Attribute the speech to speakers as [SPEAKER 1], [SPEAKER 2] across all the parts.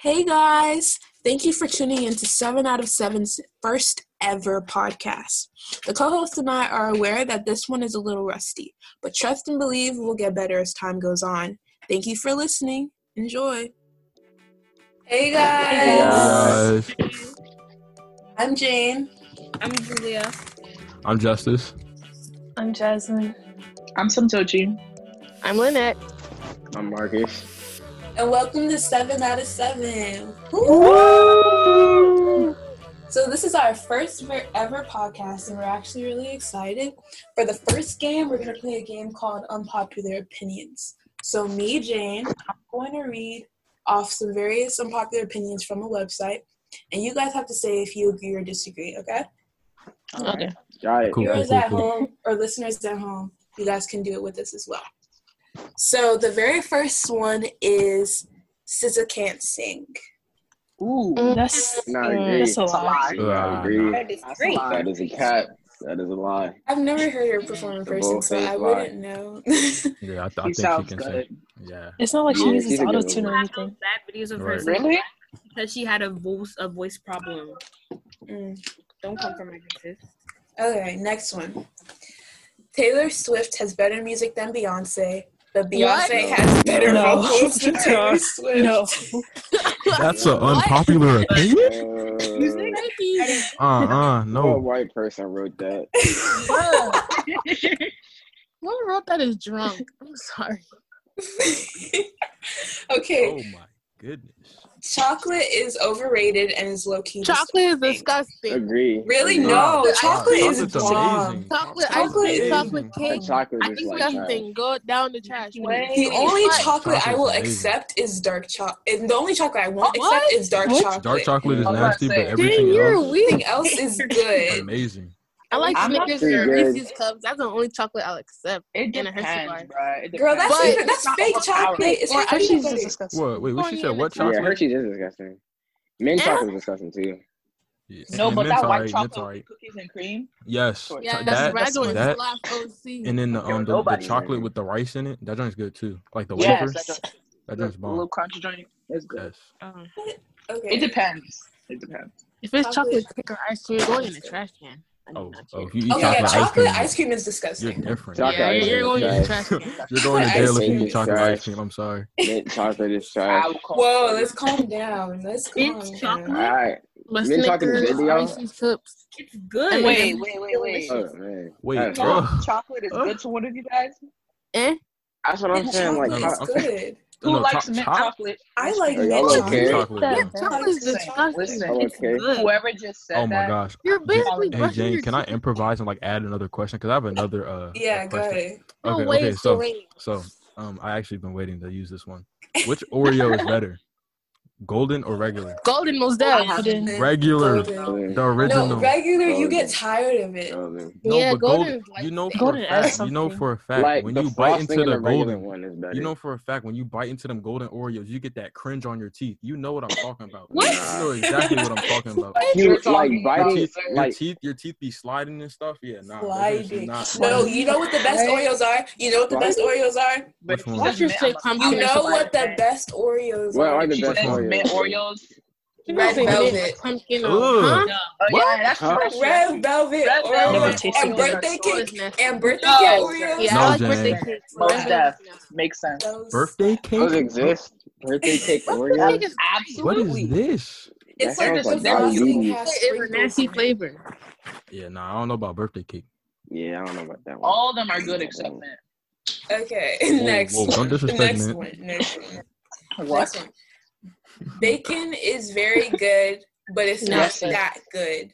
[SPEAKER 1] Hey guys, thank you for tuning in to 7 out of 7's first ever podcast. The co hosts and I are aware that this one is a little rusty, but trust and believe we'll get better as time goes on. Thank you for listening. Enjoy.
[SPEAKER 2] Hey guys.
[SPEAKER 3] Hey guys.
[SPEAKER 2] I'm Jane.
[SPEAKER 4] I'm Julia.
[SPEAKER 3] I'm Justice.
[SPEAKER 5] I'm Jasmine.
[SPEAKER 6] I'm Samtoji.
[SPEAKER 7] I'm Lynette.
[SPEAKER 8] I'm Marcus.
[SPEAKER 2] And welcome to 7 out of 7.
[SPEAKER 3] Woo!
[SPEAKER 2] So, this is our first ver- ever podcast, and we're actually really excited. For the first game, we're going to play a game called Unpopular Opinions. So, me, Jane, I'm going to read off some various unpopular opinions from a website, and you guys have to say if you agree or disagree, okay?
[SPEAKER 7] Okay.
[SPEAKER 8] Got it.
[SPEAKER 3] Cool.
[SPEAKER 2] viewers at home or listeners at home, you guys can do it with us as well. So the very first one is SZA can't sing.
[SPEAKER 6] Ooh,
[SPEAKER 5] That's
[SPEAKER 8] Not
[SPEAKER 7] Mm,
[SPEAKER 8] agree.
[SPEAKER 5] that's a lot.
[SPEAKER 8] Not
[SPEAKER 3] Uh,
[SPEAKER 8] agree.
[SPEAKER 4] That is great.
[SPEAKER 8] That is a cap. That is a lie.
[SPEAKER 2] I've never heard her perform in
[SPEAKER 8] The
[SPEAKER 2] person, so I
[SPEAKER 8] bold-faced lie.
[SPEAKER 2] wouldn't know.
[SPEAKER 3] yeah, I, th-
[SPEAKER 6] he
[SPEAKER 3] I think she
[SPEAKER 6] sounds
[SPEAKER 3] can
[SPEAKER 6] good.
[SPEAKER 3] sing. Yeah.
[SPEAKER 5] It's not like she
[SPEAKER 8] Yeah,
[SPEAKER 5] uses
[SPEAKER 8] she's a good
[SPEAKER 5] auto tune or
[SPEAKER 4] I have those
[SPEAKER 5] anything.
[SPEAKER 4] bad videos of
[SPEAKER 3] Right.
[SPEAKER 4] her singing
[SPEAKER 6] Really?
[SPEAKER 4] because she had a voice a voice problem.
[SPEAKER 2] Mm.
[SPEAKER 4] Don't come for my business.
[SPEAKER 2] Okay, next one. Taylor Swift has better music than Beyonce, but Beyonce
[SPEAKER 8] What?
[SPEAKER 2] has better
[SPEAKER 5] No.
[SPEAKER 2] vocals than Taylor
[SPEAKER 5] No.
[SPEAKER 2] Swift.
[SPEAKER 5] No.
[SPEAKER 3] That's an unpopular opinion.
[SPEAKER 8] Uh,
[SPEAKER 3] Uh uh,
[SPEAKER 8] no
[SPEAKER 3] no.
[SPEAKER 8] white person wrote that.
[SPEAKER 7] Whoever wrote that is drunk. I'm sorry.
[SPEAKER 2] okay,
[SPEAKER 3] Oh my goodness.
[SPEAKER 2] chocolate is overrated and is low key.
[SPEAKER 7] Chocolate is disgusting.
[SPEAKER 8] Agree.
[SPEAKER 2] Really?
[SPEAKER 8] Agree.
[SPEAKER 2] No,
[SPEAKER 7] Nah,
[SPEAKER 2] chocolate is
[SPEAKER 3] chocolate's
[SPEAKER 2] bomb.
[SPEAKER 3] amazing.
[SPEAKER 7] Chocolate,
[SPEAKER 2] Chocolate
[SPEAKER 7] ice
[SPEAKER 2] is-
[SPEAKER 7] cream, chocolate cake.
[SPEAKER 8] Chocolate
[SPEAKER 7] I
[SPEAKER 8] is
[SPEAKER 7] think
[SPEAKER 8] like
[SPEAKER 7] that's the
[SPEAKER 8] trash.
[SPEAKER 7] thing. Go down the trash.
[SPEAKER 4] Wait.
[SPEAKER 2] The only
[SPEAKER 7] But-
[SPEAKER 2] chocolate I
[SPEAKER 3] Chocolate's
[SPEAKER 2] will
[SPEAKER 3] amazing.
[SPEAKER 2] accept is dark chocolate. And the only chocolate I won't
[SPEAKER 7] What?
[SPEAKER 2] accept is dark
[SPEAKER 7] What?
[SPEAKER 2] chocolate.
[SPEAKER 3] Dark chocolate is
[SPEAKER 8] I was about
[SPEAKER 3] nasty,
[SPEAKER 6] to
[SPEAKER 3] but
[SPEAKER 6] say.
[SPEAKER 7] Dang,
[SPEAKER 3] everything
[SPEAKER 7] you're
[SPEAKER 3] else
[SPEAKER 7] weird.
[SPEAKER 2] Everything else is
[SPEAKER 3] is
[SPEAKER 2] good.
[SPEAKER 3] amazing.
[SPEAKER 7] I like
[SPEAKER 2] I'm
[SPEAKER 7] Snickers
[SPEAKER 8] pretty
[SPEAKER 7] and
[SPEAKER 8] good.
[SPEAKER 7] Reese's cups. That's the only chocolate I'll accept.
[SPEAKER 6] It
[SPEAKER 7] And a Hershey bar.
[SPEAKER 6] depends, bro.
[SPEAKER 2] Girl, that's
[SPEAKER 7] But-
[SPEAKER 2] even, that's fake chocolate. It's
[SPEAKER 5] Or
[SPEAKER 2] fake
[SPEAKER 5] Hershey's
[SPEAKER 2] chocolate.
[SPEAKER 5] is disgusting.
[SPEAKER 3] What? Wait, what she
[SPEAKER 7] Corny
[SPEAKER 3] said?
[SPEAKER 7] and
[SPEAKER 3] What
[SPEAKER 7] it's not-
[SPEAKER 8] Yeah,
[SPEAKER 3] chocolate?
[SPEAKER 8] Hershey's is disgusting. Mint
[SPEAKER 7] Yeah.
[SPEAKER 8] chocolate is disgusting too.
[SPEAKER 3] Yeah,
[SPEAKER 6] No,
[SPEAKER 3] and
[SPEAKER 6] but
[SPEAKER 3] mints
[SPEAKER 6] that white
[SPEAKER 3] alright, mints
[SPEAKER 6] chocolate,
[SPEAKER 3] alright.
[SPEAKER 6] with cookies and cream.
[SPEAKER 3] Yes.
[SPEAKER 6] Sure.
[SPEAKER 7] Yeah,
[SPEAKER 3] Ch-
[SPEAKER 7] that's
[SPEAKER 3] that,
[SPEAKER 7] what I do. It's
[SPEAKER 3] that,
[SPEAKER 7] slash OC.
[SPEAKER 3] and then the
[SPEAKER 6] Yo,
[SPEAKER 3] um the, the
[SPEAKER 6] nobody's
[SPEAKER 3] chocolate
[SPEAKER 8] drinking.
[SPEAKER 3] with the rice in it. That joint's good too. Like the
[SPEAKER 6] Yes,
[SPEAKER 3] wafer.
[SPEAKER 6] that joint-
[SPEAKER 3] That
[SPEAKER 6] the
[SPEAKER 3] joint's bomb.
[SPEAKER 6] little crunchy joint. It's good.
[SPEAKER 3] Yes.
[SPEAKER 7] Um,
[SPEAKER 2] Okay.
[SPEAKER 6] It depends. It depends.
[SPEAKER 7] if it's
[SPEAKER 2] Chocolate.
[SPEAKER 7] chocolate cake or ice cream, you're going in the trash can. I do
[SPEAKER 3] Oh,
[SPEAKER 7] not care.
[SPEAKER 3] oh, if you eat
[SPEAKER 2] Okay, yeah,
[SPEAKER 3] chocolate, ice cream,
[SPEAKER 2] chocolate ice cream is
[SPEAKER 3] you're
[SPEAKER 2] disgusting.
[SPEAKER 3] different.
[SPEAKER 8] Chocolate
[SPEAKER 7] yeah,
[SPEAKER 8] ice cream
[SPEAKER 7] you're, you're
[SPEAKER 8] is
[SPEAKER 7] going in the
[SPEAKER 8] trash.
[SPEAKER 7] trash can.
[SPEAKER 3] You're going to jail if
[SPEAKER 8] cream
[SPEAKER 3] you eat
[SPEAKER 8] is
[SPEAKER 3] chocolate
[SPEAKER 8] trash.
[SPEAKER 3] ice cream. I'm sorry.
[SPEAKER 8] Mint chocolate is
[SPEAKER 6] I
[SPEAKER 8] trash.
[SPEAKER 6] would call
[SPEAKER 2] Whoa,
[SPEAKER 6] it-
[SPEAKER 2] let's calm down. Let's calm
[SPEAKER 4] Mint
[SPEAKER 2] down.
[SPEAKER 4] chocolate?
[SPEAKER 8] Alright.
[SPEAKER 7] But
[SPEAKER 8] Mint chocolate is
[SPEAKER 7] Snickers,
[SPEAKER 8] good to y'all?
[SPEAKER 7] Reese's cups.
[SPEAKER 4] It's good.
[SPEAKER 6] Wait, wait, wait, wait.
[SPEAKER 8] Oh man.
[SPEAKER 3] Wait,
[SPEAKER 8] That's
[SPEAKER 3] what?
[SPEAKER 6] Dark chocolate is good to one of you guys.
[SPEAKER 7] Eh?
[SPEAKER 8] That's what I'm
[SPEAKER 2] Mint
[SPEAKER 8] saying. Like
[SPEAKER 2] chocolate
[SPEAKER 3] no,
[SPEAKER 2] is
[SPEAKER 3] Oh, okay.
[SPEAKER 2] good.
[SPEAKER 6] Who
[SPEAKER 3] No,
[SPEAKER 6] likes
[SPEAKER 3] cho-
[SPEAKER 6] mint
[SPEAKER 3] cho-
[SPEAKER 6] chocolate?
[SPEAKER 2] I like
[SPEAKER 8] Are
[SPEAKER 2] mint
[SPEAKER 3] Oh.
[SPEAKER 8] y'all
[SPEAKER 2] chocolate.
[SPEAKER 8] okay?
[SPEAKER 3] Chocolate,
[SPEAKER 5] That-
[SPEAKER 3] yeah.
[SPEAKER 7] Chocolate is disgusting.
[SPEAKER 6] Listen,
[SPEAKER 8] Oh, okay.
[SPEAKER 4] Good.
[SPEAKER 6] Whoever just said
[SPEAKER 3] Oh my
[SPEAKER 6] that.
[SPEAKER 3] gosh.
[SPEAKER 7] You're
[SPEAKER 3] Hey,
[SPEAKER 7] basically
[SPEAKER 3] Hey
[SPEAKER 7] brushing
[SPEAKER 3] Jane,
[SPEAKER 7] your
[SPEAKER 3] can I
[SPEAKER 7] teeth.
[SPEAKER 3] improvise and like add another question? Cause I have another uh
[SPEAKER 2] Yeah, go
[SPEAKER 3] question.
[SPEAKER 2] ahead.
[SPEAKER 7] No
[SPEAKER 3] Okay,
[SPEAKER 7] way
[SPEAKER 3] okay,
[SPEAKER 7] it's
[SPEAKER 3] so
[SPEAKER 7] the rain.
[SPEAKER 3] so um I actually been waiting to use this one. Which Oreo is better? Golden or regular?
[SPEAKER 7] Golden most definitely.
[SPEAKER 5] Golden.
[SPEAKER 3] Regular.
[SPEAKER 2] Golden.
[SPEAKER 8] Golden.
[SPEAKER 3] The original.
[SPEAKER 2] No, regular, you
[SPEAKER 8] Golden.
[SPEAKER 2] get tired of it.
[SPEAKER 8] Golden.
[SPEAKER 3] No,
[SPEAKER 7] Yeah,
[SPEAKER 3] but
[SPEAKER 7] golden
[SPEAKER 3] golden.
[SPEAKER 7] is like-
[SPEAKER 3] you know for
[SPEAKER 5] golden
[SPEAKER 3] a
[SPEAKER 5] adds
[SPEAKER 3] fact. You know
[SPEAKER 5] something.
[SPEAKER 3] for a fact
[SPEAKER 8] Like
[SPEAKER 3] when
[SPEAKER 8] the
[SPEAKER 3] you bite
[SPEAKER 8] frosting
[SPEAKER 3] into
[SPEAKER 8] and
[SPEAKER 3] the
[SPEAKER 8] the regular
[SPEAKER 3] golden,
[SPEAKER 8] one is better.
[SPEAKER 3] you know for a fact when you bite into them golden Oreos, you get that cringe on your teeth. You know what I'm talking about.
[SPEAKER 7] What?
[SPEAKER 3] You know exactly what I'm talking about.
[SPEAKER 8] You,
[SPEAKER 6] You're
[SPEAKER 8] like
[SPEAKER 6] talking
[SPEAKER 3] Your
[SPEAKER 6] about
[SPEAKER 8] biting,
[SPEAKER 3] teeth, your
[SPEAKER 8] like
[SPEAKER 3] teeth, your teeth be sliding and stuff. Yeah, nah, they're just
[SPEAKER 2] Sliding.
[SPEAKER 3] not
[SPEAKER 2] No,
[SPEAKER 3] sliding.
[SPEAKER 2] you know what the best
[SPEAKER 6] Right?
[SPEAKER 2] Oreos are? You know what the best Oreos are?
[SPEAKER 6] But if
[SPEAKER 3] Which
[SPEAKER 6] you said
[SPEAKER 3] one?
[SPEAKER 7] What's your
[SPEAKER 6] mint,
[SPEAKER 7] favorite
[SPEAKER 6] I'm a-
[SPEAKER 2] You
[SPEAKER 7] combination
[SPEAKER 6] I'm
[SPEAKER 2] know
[SPEAKER 6] a
[SPEAKER 2] what the
[SPEAKER 6] fan.
[SPEAKER 2] best Oreos
[SPEAKER 8] What
[SPEAKER 2] are?
[SPEAKER 8] are the
[SPEAKER 6] You
[SPEAKER 8] best
[SPEAKER 6] said
[SPEAKER 8] Oreos?
[SPEAKER 6] mint Oreos.
[SPEAKER 2] Red Velvet.
[SPEAKER 7] Pumpkin uh,
[SPEAKER 3] Ugh.
[SPEAKER 7] or
[SPEAKER 6] Oh
[SPEAKER 3] What?
[SPEAKER 6] yeah, that's
[SPEAKER 8] Huh?
[SPEAKER 6] trashy.
[SPEAKER 2] Red Velvet
[SPEAKER 6] Red
[SPEAKER 2] Oreo
[SPEAKER 6] Velvet
[SPEAKER 5] Never tasted
[SPEAKER 2] and
[SPEAKER 5] those.
[SPEAKER 2] birthday
[SPEAKER 7] huh?
[SPEAKER 2] cake and birthday
[SPEAKER 6] No.
[SPEAKER 2] cake Oreos.
[SPEAKER 7] Yeah,
[SPEAKER 3] No,
[SPEAKER 7] I like
[SPEAKER 3] Jane.
[SPEAKER 7] birthday cakes.
[SPEAKER 6] Most
[SPEAKER 7] Red
[SPEAKER 6] def.
[SPEAKER 7] velvet is
[SPEAKER 6] Makes sense.
[SPEAKER 2] Those-
[SPEAKER 3] Birthday
[SPEAKER 8] Those
[SPEAKER 3] cake?
[SPEAKER 8] exist. Birthday cake
[SPEAKER 7] nasty.
[SPEAKER 8] Oreos.
[SPEAKER 7] Cake is-
[SPEAKER 3] What is
[SPEAKER 6] Absolutely.
[SPEAKER 3] this?
[SPEAKER 2] It's
[SPEAKER 8] That
[SPEAKER 2] like
[SPEAKER 8] sounds
[SPEAKER 2] the
[SPEAKER 8] like
[SPEAKER 2] frosting
[SPEAKER 8] diabetes.
[SPEAKER 2] has
[SPEAKER 7] It's a
[SPEAKER 2] sprinkles
[SPEAKER 7] nasty
[SPEAKER 2] in it.
[SPEAKER 7] flavor.
[SPEAKER 3] Yeah, nah, I don't know about birthday cake.
[SPEAKER 8] Yeah, I don't know about that one.
[SPEAKER 6] All of them are good except mint.
[SPEAKER 2] Okay,
[SPEAKER 3] Whoa,
[SPEAKER 2] next.
[SPEAKER 3] whoa, don't disrespect
[SPEAKER 2] next
[SPEAKER 3] mint.
[SPEAKER 2] one. Next one.
[SPEAKER 6] What?
[SPEAKER 2] Next one. Bacon is very good, but it's not
[SPEAKER 6] Yes, sir.
[SPEAKER 2] that good.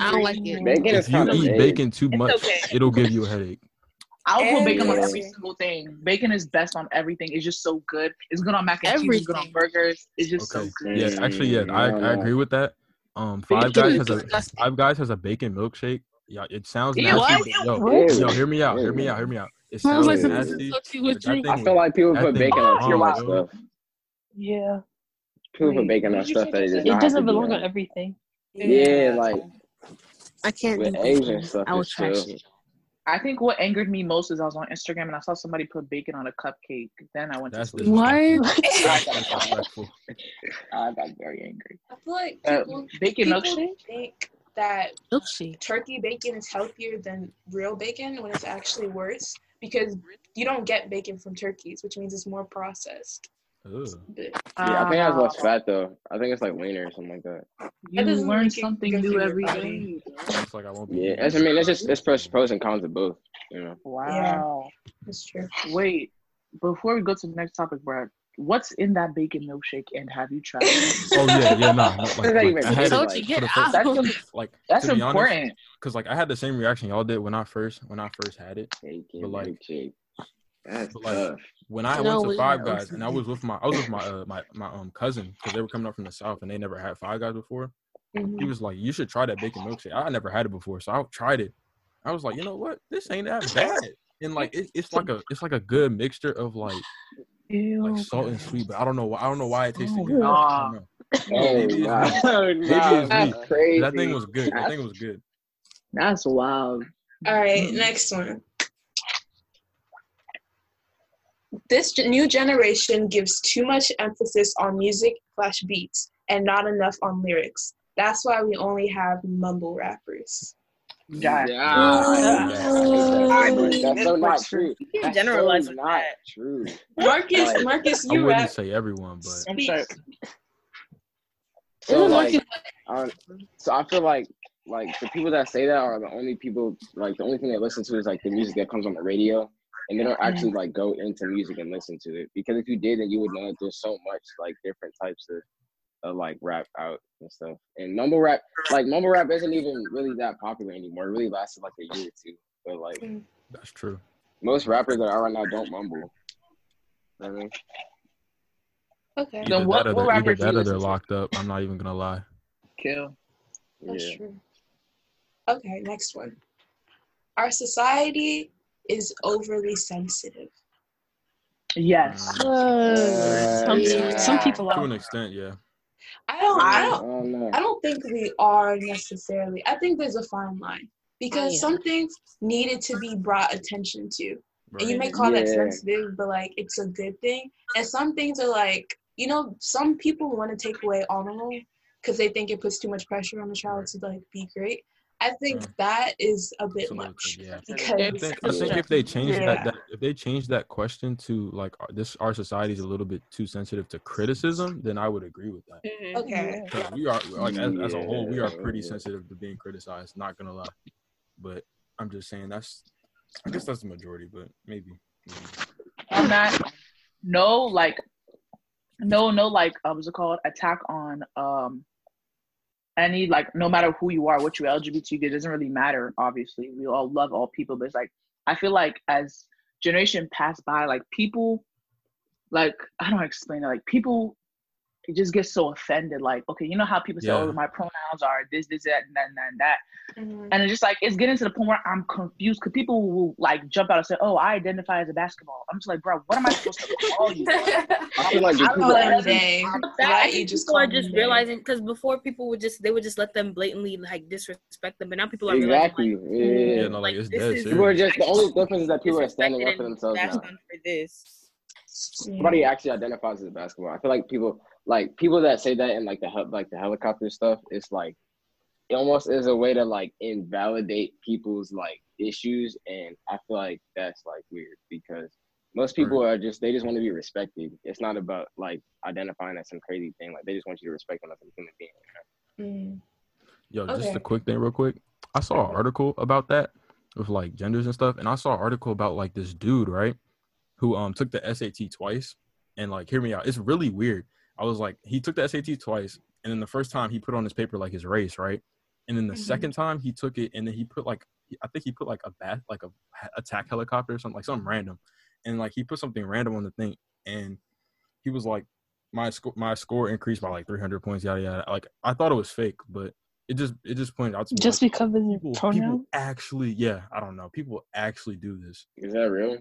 [SPEAKER 7] I don't like it.
[SPEAKER 8] Bacon is
[SPEAKER 3] If you
[SPEAKER 8] kind of
[SPEAKER 3] eat bacon too much,
[SPEAKER 6] okay.
[SPEAKER 3] it'll give you a headache.
[SPEAKER 6] I'll put bacon on
[SPEAKER 8] Everything.
[SPEAKER 6] every single thing. Bacon is best on everything. It's just so good. It's good on mac and cheese. It's good on
[SPEAKER 7] Everything.
[SPEAKER 6] burgers. It's just
[SPEAKER 3] Okay.
[SPEAKER 6] so good.
[SPEAKER 3] Yes, actually, yeah, I, I agree with that. Um, Five
[SPEAKER 6] Bacon
[SPEAKER 3] Guys
[SPEAKER 6] is
[SPEAKER 3] has a
[SPEAKER 7] disgusting.
[SPEAKER 3] Five Guys has a bacon milkshake. Yeah, it sounds
[SPEAKER 6] Ew,
[SPEAKER 3] nasty.
[SPEAKER 6] ew,
[SPEAKER 3] but Yo,
[SPEAKER 8] Ew.
[SPEAKER 3] yo, hear me out. Hear me
[SPEAKER 8] Ew.
[SPEAKER 3] out. Hear me out. It sounds
[SPEAKER 7] Sounds like
[SPEAKER 8] Sounds
[SPEAKER 7] something
[SPEAKER 3] nasty.
[SPEAKER 7] so she
[SPEAKER 3] but
[SPEAKER 7] would
[SPEAKER 3] that
[SPEAKER 7] drink.
[SPEAKER 3] thing
[SPEAKER 8] I feel like people
[SPEAKER 3] that
[SPEAKER 8] put
[SPEAKER 3] thing Oh,
[SPEAKER 8] bacon
[SPEAKER 3] was
[SPEAKER 8] on
[SPEAKER 3] bomb,
[SPEAKER 8] too much
[SPEAKER 3] yo.
[SPEAKER 8] stuff.
[SPEAKER 5] Yeah.
[SPEAKER 8] People
[SPEAKER 5] Wait,
[SPEAKER 8] put bacon
[SPEAKER 6] what
[SPEAKER 8] on
[SPEAKER 6] did you
[SPEAKER 8] stuff that
[SPEAKER 6] just
[SPEAKER 8] is
[SPEAKER 6] say?
[SPEAKER 8] not.
[SPEAKER 6] Nah,
[SPEAKER 5] It doesn't
[SPEAKER 8] to be
[SPEAKER 5] belong on
[SPEAKER 8] on.
[SPEAKER 5] everything.
[SPEAKER 8] Yeah, like
[SPEAKER 7] I can't
[SPEAKER 8] with
[SPEAKER 7] do
[SPEAKER 8] Asian
[SPEAKER 7] bacon.
[SPEAKER 8] stuff.
[SPEAKER 7] I will
[SPEAKER 8] it's
[SPEAKER 7] trash
[SPEAKER 8] chill.
[SPEAKER 7] it.
[SPEAKER 6] I think what angered me most is I was on Instagram and I saw somebody put bacon on a cupcake. Then I went
[SPEAKER 3] That's
[SPEAKER 6] to sleep.
[SPEAKER 3] disgusting.
[SPEAKER 7] What?
[SPEAKER 3] That's disrespectful.
[SPEAKER 6] I got very angry.
[SPEAKER 2] I feel like
[SPEAKER 6] Uh,
[SPEAKER 2] people
[SPEAKER 6] bacon
[SPEAKER 2] people
[SPEAKER 6] milkshake?
[SPEAKER 2] think that
[SPEAKER 7] Milkshake.
[SPEAKER 2] turkey bacon is healthier than real bacon when it's actually worse because you don't get bacon from turkeys, which means it's more processed.
[SPEAKER 3] Ugh.
[SPEAKER 2] But
[SPEAKER 8] Yeah, I think I have
[SPEAKER 6] Ah.
[SPEAKER 8] less fat though. I think it's like leaner or something like that.
[SPEAKER 6] You
[SPEAKER 2] doesn't
[SPEAKER 6] learn
[SPEAKER 2] make it
[SPEAKER 6] something
[SPEAKER 2] good for
[SPEAKER 6] new
[SPEAKER 2] your
[SPEAKER 6] every day.
[SPEAKER 2] body.
[SPEAKER 3] It's like I won't be.
[SPEAKER 8] Yeah,
[SPEAKER 3] eating
[SPEAKER 8] that's, I
[SPEAKER 3] this.
[SPEAKER 8] mean, it's just it's pros pros and cons of both. You know,
[SPEAKER 6] Wow.
[SPEAKER 2] it's true.
[SPEAKER 6] Wait, before we go to the next topic, Brad, what's in that bacon milkshake and have you tried it?
[SPEAKER 3] Oh yeah, yeah, nah. Like,
[SPEAKER 6] not
[SPEAKER 3] like,
[SPEAKER 6] even-
[SPEAKER 3] I had
[SPEAKER 7] Told
[SPEAKER 3] it,
[SPEAKER 7] you,
[SPEAKER 3] like,
[SPEAKER 7] get
[SPEAKER 3] for the
[SPEAKER 7] out.
[SPEAKER 3] first-
[SPEAKER 6] That's, im-
[SPEAKER 3] like
[SPEAKER 6] that's
[SPEAKER 3] to be honest,
[SPEAKER 6] important.
[SPEAKER 3] Cause like I had the same reaction y'all did when I first when I first had it.
[SPEAKER 8] bacon
[SPEAKER 3] But, like-
[SPEAKER 8] milkshake. That's
[SPEAKER 3] but, like,
[SPEAKER 8] tough.
[SPEAKER 3] When I
[SPEAKER 7] No,
[SPEAKER 3] went
[SPEAKER 7] we
[SPEAKER 3] to Five
[SPEAKER 7] didn't.
[SPEAKER 3] Guys and I was with my I was with my uh, my my um cousin because they were coming up from the south and they never had Five Guys before. He was like, "You should try that bacon milkshake." I never had it before, so I tried it. I was like, "You know what? This ain't that bad." And like it, it's like a it's like a good mixture of like like salt and sweet, but I don't know why I don't know why it tasted
[SPEAKER 6] Oh,
[SPEAKER 3] good. I
[SPEAKER 6] nah.
[SPEAKER 3] don't know.
[SPEAKER 8] Oh,
[SPEAKER 3] Maybe it's
[SPEAKER 8] wow.
[SPEAKER 3] me.
[SPEAKER 8] Wow,
[SPEAKER 3] it's
[SPEAKER 8] that's
[SPEAKER 3] me.
[SPEAKER 8] crazy.
[SPEAKER 3] That thing was good. That thing was good.
[SPEAKER 6] That's wild.
[SPEAKER 2] All right, next one. This gen- new generation gives too much emphasis on music slash beats and not enough on lyrics. That's why we only have mumble rappers.
[SPEAKER 6] Yeah.
[SPEAKER 8] Yeah. That's so not true.
[SPEAKER 4] You can't
[SPEAKER 8] That's
[SPEAKER 4] generalize
[SPEAKER 8] so
[SPEAKER 4] like
[SPEAKER 8] not
[SPEAKER 4] that.
[SPEAKER 8] true.
[SPEAKER 2] Marcus,
[SPEAKER 8] Right.
[SPEAKER 2] Marcus,
[SPEAKER 3] I
[SPEAKER 2] you
[SPEAKER 3] wouldn't
[SPEAKER 2] rap.
[SPEAKER 3] say everyone, but
[SPEAKER 6] I'm sorry.
[SPEAKER 8] So
[SPEAKER 7] Isn't
[SPEAKER 8] like,
[SPEAKER 7] Marcus-
[SPEAKER 8] I don't- so I feel like like the people that say that are the only people like the only thing they listen to is like the music that comes on the radio, and they don't actually like go into music and listen to it because if you did, then you would know that there's so much like different types of. Of like rap out and stuff, and mumble rap, like mumble rap, isn't even really that popular anymore. It really lasted like a year or two, but like
[SPEAKER 3] that's true.
[SPEAKER 8] most rappers that are right now don't mumble. You know what I mean,
[SPEAKER 2] Okay,
[SPEAKER 3] Either
[SPEAKER 6] what-
[SPEAKER 3] that or
[SPEAKER 6] what
[SPEAKER 3] they're, either
[SPEAKER 6] rapper do you
[SPEAKER 3] that or they're
[SPEAKER 6] listen to?
[SPEAKER 3] locked up. I'm not even gonna lie.
[SPEAKER 6] Kill.
[SPEAKER 2] that's
[SPEAKER 8] yeah.
[SPEAKER 2] true. Okay, next one. Our society is overly sensitive.
[SPEAKER 6] Yes.
[SPEAKER 3] Mm,
[SPEAKER 7] Uh, some,
[SPEAKER 8] yeah.
[SPEAKER 7] some people
[SPEAKER 3] to
[SPEAKER 7] are.
[SPEAKER 3] an extent, yeah.
[SPEAKER 2] I don't, I
[SPEAKER 8] I
[SPEAKER 2] don't,
[SPEAKER 8] don't know.
[SPEAKER 2] I don't think we are necessarily. I think there's a fine line because
[SPEAKER 7] Yeah.
[SPEAKER 2] some things needed to be brought attention to.
[SPEAKER 3] Right.
[SPEAKER 2] And you may call that
[SPEAKER 8] Yeah.
[SPEAKER 2] sensitive, but like it's a good thing. And some things are like, you know, some people want to take away honor roll because they think it puts too much pressure on the child to like be great. I think
[SPEAKER 3] Yeah.
[SPEAKER 2] that is a bit
[SPEAKER 3] It's another
[SPEAKER 2] much
[SPEAKER 3] thing, yeah. I
[SPEAKER 2] because
[SPEAKER 3] think, I think if they change that, that if they change that question to like our- this, our society is a little bit too sensitive to criticism. Then I would agree with that.
[SPEAKER 2] Mm-hmm.
[SPEAKER 4] Mhm.
[SPEAKER 2] okay,
[SPEAKER 3] 'Cause we are like as, as a whole, we are pretty
[SPEAKER 8] Yeah.
[SPEAKER 3] sensitive to being criticized. Not gonna lie, but I'm just saying that's. I guess that's the majority, but maybe.
[SPEAKER 6] on that, no like no no like um what's it called attack on um any like no matter who you are what you lgbtq it doesn't really matter obviously we all love all people but it's like i feel like as generation passed by like people like i don't explain it like people just get so offended like okay you know how people say
[SPEAKER 3] Yeah.
[SPEAKER 6] oh my pronouns are this this that and that and that, and that
[SPEAKER 2] Mhm.
[SPEAKER 6] and it's just like it's getting to the point where I'm confused because people will like jump out and say, "Oh, I identify as a basketball." I'm just like, bro, what am I supposed to call you?
[SPEAKER 8] I feel like
[SPEAKER 6] I don't
[SPEAKER 8] these people
[SPEAKER 6] know,
[SPEAKER 8] are
[SPEAKER 2] one
[SPEAKER 6] that's-
[SPEAKER 8] actually-
[SPEAKER 2] day.
[SPEAKER 4] But
[SPEAKER 2] Why
[SPEAKER 4] that, I
[SPEAKER 2] Mm-hmm. you
[SPEAKER 4] think
[SPEAKER 2] just
[SPEAKER 4] people are
[SPEAKER 2] call them
[SPEAKER 4] just
[SPEAKER 2] gay?
[SPEAKER 4] realizing because before people would just they would just let them blatantly like disrespect them, but now people are
[SPEAKER 8] exactly.
[SPEAKER 4] realizing
[SPEAKER 8] Yeah.
[SPEAKER 2] mm.
[SPEAKER 3] Yeah, no, like it's
[SPEAKER 4] This
[SPEAKER 3] dead
[SPEAKER 4] is-
[SPEAKER 3] serious.
[SPEAKER 8] People are just the only
[SPEAKER 4] Actually,
[SPEAKER 8] difference is that
[SPEAKER 4] like
[SPEAKER 8] people are standing
[SPEAKER 4] disrespected
[SPEAKER 8] up for
[SPEAKER 4] and
[SPEAKER 8] themselves
[SPEAKER 4] bashed
[SPEAKER 8] now.
[SPEAKER 4] on for this.
[SPEAKER 8] Nobody actually identifies as basketball. I feel like people like people that say that in like the hel- like the helicopter stuff. It's like it almost is a way to like invalidate people's like issues, and I feel like that's like weird because most people are just they just want to be respected. It's not about like identifying as some crazy thing. Like they just want you to respect them as a human being.
[SPEAKER 2] Mm.
[SPEAKER 3] Yo, just
[SPEAKER 2] Okay.
[SPEAKER 3] a quick thing, real quick. I saw an article about that with like genders and stuff, and I saw an article about like this dude, right, who um took the SAT twice, and like, hear me out. It's really weird. I was like, he took the SAT twice, and then the first time he put on his paper like his race, right, and then the
[SPEAKER 2] Mhm.
[SPEAKER 3] second time he took it, and then he put like, I think he put like a bat, like a ha- attack helicopter or something, like something random, and like he put something random on the thing, and he was like, my score, my score increased by like 300 points, yada yada. Like I thought it was fake, but it just it just pointed out to me
[SPEAKER 5] Just
[SPEAKER 3] like,
[SPEAKER 5] because of your
[SPEAKER 3] people, people
[SPEAKER 5] pronoun?
[SPEAKER 3] actually yeah i don't know people actually do this
[SPEAKER 8] Is that real?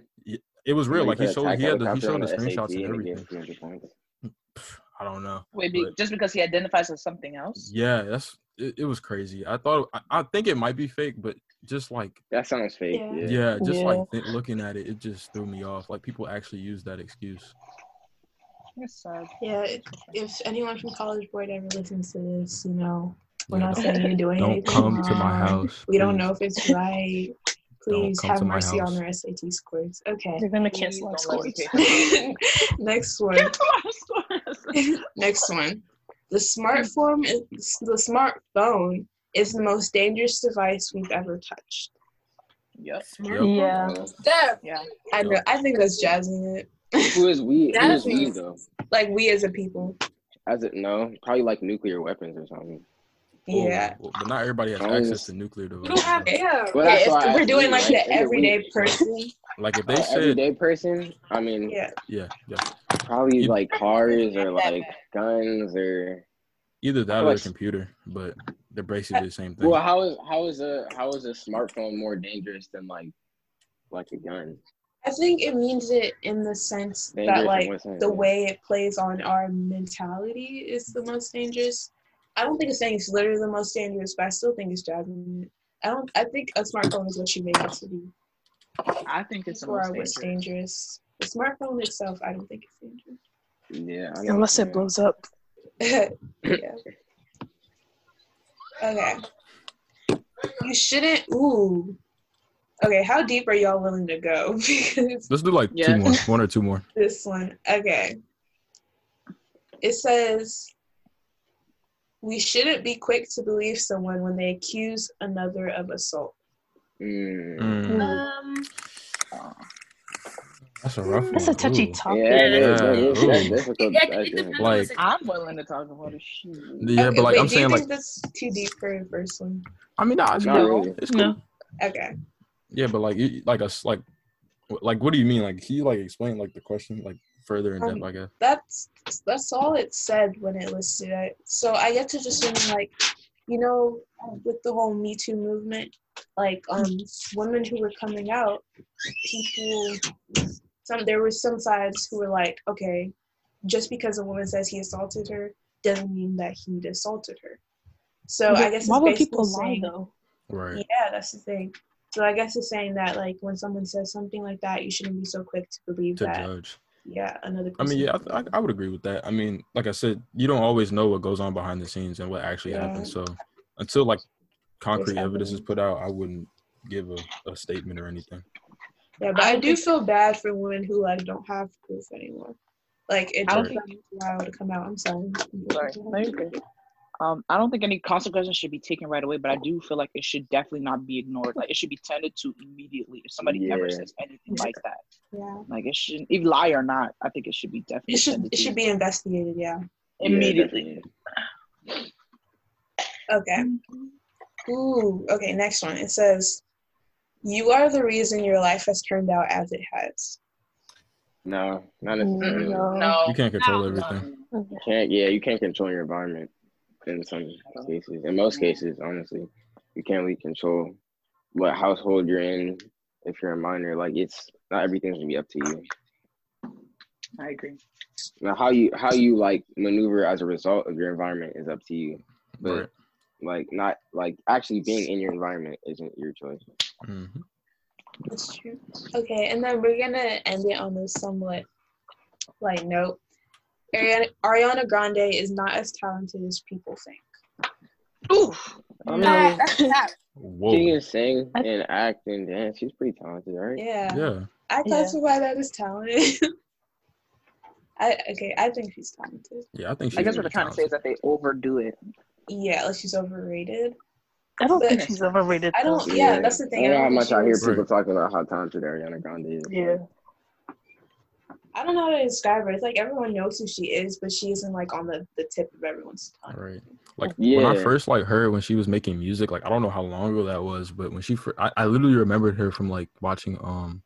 [SPEAKER 3] it was real like he showed he had the, he
[SPEAKER 8] Helicopter
[SPEAKER 3] showed
[SPEAKER 8] on
[SPEAKER 3] the
[SPEAKER 8] SAT
[SPEAKER 3] screenshots and
[SPEAKER 8] and it gives
[SPEAKER 3] everything
[SPEAKER 8] 300 points.
[SPEAKER 3] Pff, i don't know
[SPEAKER 6] Wait, be-
[SPEAKER 3] But-
[SPEAKER 6] just because he identifies as something else?
[SPEAKER 3] yeah that's it, it was crazy i thought I, I think it might be fake but just like
[SPEAKER 8] That sounds fake.
[SPEAKER 2] Yeah.
[SPEAKER 8] Yeah.
[SPEAKER 3] yeah just like
[SPEAKER 5] Yeah.
[SPEAKER 3] th- looking at it it just threw me off like people actually use that excuse
[SPEAKER 6] It's sad.
[SPEAKER 2] Yeah, if anyone from College Board ever listens to this, you know, we're not saying you're doing
[SPEAKER 3] don't
[SPEAKER 2] anything
[SPEAKER 3] come to my
[SPEAKER 2] wrong.
[SPEAKER 3] house.
[SPEAKER 2] We don't
[SPEAKER 3] please.
[SPEAKER 2] know if it's right.
[SPEAKER 3] Don't
[SPEAKER 2] Please
[SPEAKER 3] come
[SPEAKER 2] have
[SPEAKER 3] to my
[SPEAKER 2] mercy on
[SPEAKER 3] house.
[SPEAKER 2] their SAT scores. Okay.
[SPEAKER 5] They're gonna
[SPEAKER 6] Please
[SPEAKER 5] cancel our
[SPEAKER 6] don't let me
[SPEAKER 5] scores.
[SPEAKER 2] Next one.
[SPEAKER 6] It's
[SPEAKER 2] Next one. The smartphone is the smartphone is the most dangerous device we've ever touched.
[SPEAKER 6] Yep.
[SPEAKER 3] Yep.
[SPEAKER 5] Yeah.
[SPEAKER 2] That
[SPEAKER 6] Yeah.
[SPEAKER 2] I know. I think that's jazzing it.
[SPEAKER 8] Who is we? Who is
[SPEAKER 2] That
[SPEAKER 8] we
[SPEAKER 2] is-
[SPEAKER 8] though?
[SPEAKER 2] Like we as a people.
[SPEAKER 8] As it no, probably like nuclear weapons or something.
[SPEAKER 3] Well,
[SPEAKER 2] Yeah.
[SPEAKER 3] well, but not everybody has
[SPEAKER 8] Oh,
[SPEAKER 3] access
[SPEAKER 8] yes.
[SPEAKER 3] to nuclear
[SPEAKER 2] You don't
[SPEAKER 3] devices.
[SPEAKER 2] have Oh, yeah. Okay,
[SPEAKER 8] Well, that's
[SPEAKER 2] if
[SPEAKER 8] why I
[SPEAKER 2] we're doing
[SPEAKER 8] mean,
[SPEAKER 2] like
[SPEAKER 8] like,
[SPEAKER 2] the
[SPEAKER 8] every
[SPEAKER 2] everyday
[SPEAKER 8] week.
[SPEAKER 2] person.
[SPEAKER 3] Like if
[SPEAKER 8] Uh,
[SPEAKER 3] they said,
[SPEAKER 8] everyday person, I mean,
[SPEAKER 2] Yeah.
[SPEAKER 3] yeah, yeah,
[SPEAKER 8] probably
[SPEAKER 3] You-
[SPEAKER 8] like cars or like guns or.
[SPEAKER 3] either that
[SPEAKER 8] feel
[SPEAKER 3] or a
[SPEAKER 8] like-
[SPEAKER 3] computer, but they're basically the same thing.
[SPEAKER 8] Well, how is how is a how is a smartphone more dangerous than like like a gun?
[SPEAKER 2] I think it means it in the sense
[SPEAKER 8] Dangerous
[SPEAKER 2] that
[SPEAKER 8] in
[SPEAKER 2] like
[SPEAKER 8] what sense?
[SPEAKER 2] the way it plays on our mentality is the most dangerous. I don't think it's saying it's literally the most dangerous, but I still think it's driving. it. I don't. I think a smartphone is what you make it to be.
[SPEAKER 6] I think it's the
[SPEAKER 2] Or
[SPEAKER 6] most
[SPEAKER 2] what's
[SPEAKER 6] dangerous.
[SPEAKER 2] dangerous. The smartphone itself, I don't think it's
[SPEAKER 8] Yeah, I know.
[SPEAKER 5] Unless
[SPEAKER 8] Yeah.
[SPEAKER 5] it blows up.
[SPEAKER 2] dangerous. yeah. Okay. You shouldn't. Ooh. Okay. How deep are y'all willing to go? because
[SPEAKER 3] Let's do like
[SPEAKER 6] Yeah.
[SPEAKER 3] two more, one or two more.
[SPEAKER 2] this one. Okay. It says we shouldn't be quick to believe someone when they accuse another of assault.
[SPEAKER 8] Mm.
[SPEAKER 3] Mm,
[SPEAKER 4] Um,
[SPEAKER 3] that's a rough
[SPEAKER 5] That's a
[SPEAKER 3] one.
[SPEAKER 5] touchy
[SPEAKER 3] Ooh.
[SPEAKER 5] topic.
[SPEAKER 8] Yeah, it is. That is.
[SPEAKER 3] Yeah,
[SPEAKER 8] That's
[SPEAKER 3] ooh.
[SPEAKER 8] difficult.
[SPEAKER 4] yeah,
[SPEAKER 8] That's
[SPEAKER 4] it depends
[SPEAKER 8] difficult.
[SPEAKER 4] on
[SPEAKER 3] Like-
[SPEAKER 4] the situation.
[SPEAKER 6] I'm willing to talk about it. Shoot.
[SPEAKER 3] Yeah,
[SPEAKER 2] okay,
[SPEAKER 3] but like
[SPEAKER 2] wait,
[SPEAKER 3] I'm
[SPEAKER 2] do you
[SPEAKER 3] saying,
[SPEAKER 2] think
[SPEAKER 3] like
[SPEAKER 2] that's too deep for the first one?
[SPEAKER 3] I mean, nah, it's
[SPEAKER 8] Not
[SPEAKER 3] cool.
[SPEAKER 8] really.
[SPEAKER 3] It's cool.
[SPEAKER 2] Okay.
[SPEAKER 3] Yeah, but like, you, like us, like, wh- like, what do you mean? Like, can you like explain like the question like further in depth?
[SPEAKER 2] Um,
[SPEAKER 3] I guess.
[SPEAKER 2] That's that's all it said when it listed it. So I get to just mean like, you know, with the whole Me Too movement, like um women who were coming out, people some there were some sides who were like, okay, just because a woman says he assaulted her doesn't mean that he assaulted her. So I guess
[SPEAKER 5] why
[SPEAKER 2] it's
[SPEAKER 5] would people
[SPEAKER 2] basically
[SPEAKER 5] lie
[SPEAKER 2] saying-
[SPEAKER 5] though?
[SPEAKER 3] Right.
[SPEAKER 2] Yeah, that's the thing. So I guess it's saying that like when someone says something like that, you shouldn't be so quick to believe
[SPEAKER 3] To
[SPEAKER 2] that.
[SPEAKER 3] judge.
[SPEAKER 2] Yeah, another.
[SPEAKER 3] I
[SPEAKER 2] Person
[SPEAKER 3] mean, yeah, I, th- I, I would agree with that. I mean, like I said, you don't always know what goes on behind the scenes and what actually
[SPEAKER 2] Yeah.
[SPEAKER 3] happens. So until like concrete evidence is
[SPEAKER 2] happening.
[SPEAKER 3] put out, I wouldn't give a, a statement or anything.
[SPEAKER 2] Yeah, but I,
[SPEAKER 6] I
[SPEAKER 2] do feel bad for women who like don't have proof anymore. Like it
[SPEAKER 6] I
[SPEAKER 2] took
[SPEAKER 6] don't
[SPEAKER 2] them a while to come out. I'm sorry.
[SPEAKER 6] Sorry. No, you're good. Um, I don't think any consequences should be taken right away, but I do feel like it should definitely not be ignored. Like it should be tended to immediately if somebody ever
[SPEAKER 8] Yeah.
[SPEAKER 6] says anything like that.
[SPEAKER 2] Yeah.
[SPEAKER 6] Like it shouldn't, if lie or not, I think it should be definitely
[SPEAKER 2] It should
[SPEAKER 6] tended
[SPEAKER 2] it
[SPEAKER 6] to
[SPEAKER 2] should be investigated. Yeah.
[SPEAKER 6] immediately.
[SPEAKER 8] Yeah,
[SPEAKER 2] Okay.
[SPEAKER 6] Mm-hmm.
[SPEAKER 2] Ooh. Okay. Next one. It says, "You are the reason your life has turned out as it has."
[SPEAKER 8] no, not
[SPEAKER 2] Mm-hmm.
[SPEAKER 8] necessarily.
[SPEAKER 6] Oh,
[SPEAKER 3] You can't control everything.
[SPEAKER 8] You can't. Yeah, you can't control your environment in some cases. In most cases, honestly, you can't really control what household you're in if you're a minor. Like it's not everything's gonna be up to you.
[SPEAKER 6] I agree.
[SPEAKER 8] Now, how you how you like maneuver as a result of your environment is up to you. But
[SPEAKER 3] Right.
[SPEAKER 8] like not like actually being in your environment isn't your choice.
[SPEAKER 3] hmm
[SPEAKER 2] That's true. Okay, and then we're gonna end it on this somewhat like note. Ariana, Ariana Grande is not as talented as people think.
[SPEAKER 6] Oof.
[SPEAKER 8] I mean,
[SPEAKER 4] Nah, that's a tap.
[SPEAKER 3] Whoa.
[SPEAKER 8] she
[SPEAKER 3] Yeah.
[SPEAKER 8] can sing and act and dance. She's pretty talented, right?
[SPEAKER 2] Yeah, I classify that as talented. I okay, I think she's talented.
[SPEAKER 3] Yeah, I think. She's
[SPEAKER 6] I guess what
[SPEAKER 3] really
[SPEAKER 6] they're trying to say is
[SPEAKER 3] talented.
[SPEAKER 6] that they overdo it.
[SPEAKER 2] Yeah, like she's overrated.
[SPEAKER 5] I don't think
[SPEAKER 2] But-
[SPEAKER 5] she's overrated.
[SPEAKER 2] I don't.
[SPEAKER 5] though.
[SPEAKER 2] Yeah, that's the thing.
[SPEAKER 8] I don't know how
[SPEAKER 2] think
[SPEAKER 8] much
[SPEAKER 2] she
[SPEAKER 8] I hear
[SPEAKER 2] was-
[SPEAKER 8] people talking about how talented Ariana Grande is.
[SPEAKER 5] Yeah.
[SPEAKER 2] I don't know how to describe her. It's like everyone knows who she is, but she isn't like on the the tip of everyone's tongue.
[SPEAKER 3] Right. Like when I
[SPEAKER 8] Yeah.
[SPEAKER 3] first like heard when she was making music, like I don't know how long ago that was, but when she, fir- I, I literally remembered her from like watching, um,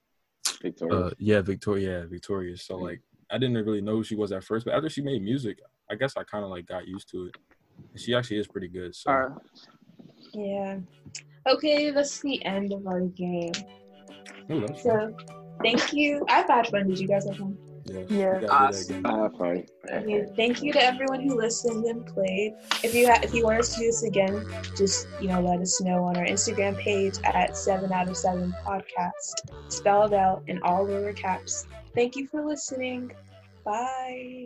[SPEAKER 8] Victoria.
[SPEAKER 3] uh, yeah, Victoria, yeah, Victoria. So like I didn't really know who she was at first, but after she made music, I guess I kind of like got used to it. And she actually is pretty good. So
[SPEAKER 6] Or
[SPEAKER 2] Yeah. Okay, that's the end of our game.
[SPEAKER 3] Ooh, that's fun.
[SPEAKER 2] So, thank you. I've had fun. Did you guys have fun?
[SPEAKER 3] Yes,
[SPEAKER 5] Yeah.
[SPEAKER 3] we gotta do that again.
[SPEAKER 8] I have fun.
[SPEAKER 2] Okay, thank you to everyone who listened and played. If you ha- if you want us to do this again, just you know let us know on our Instagram page at Seven Out of Seven Podcast, spelled out in all lower caps. Thank you for listening. Bye.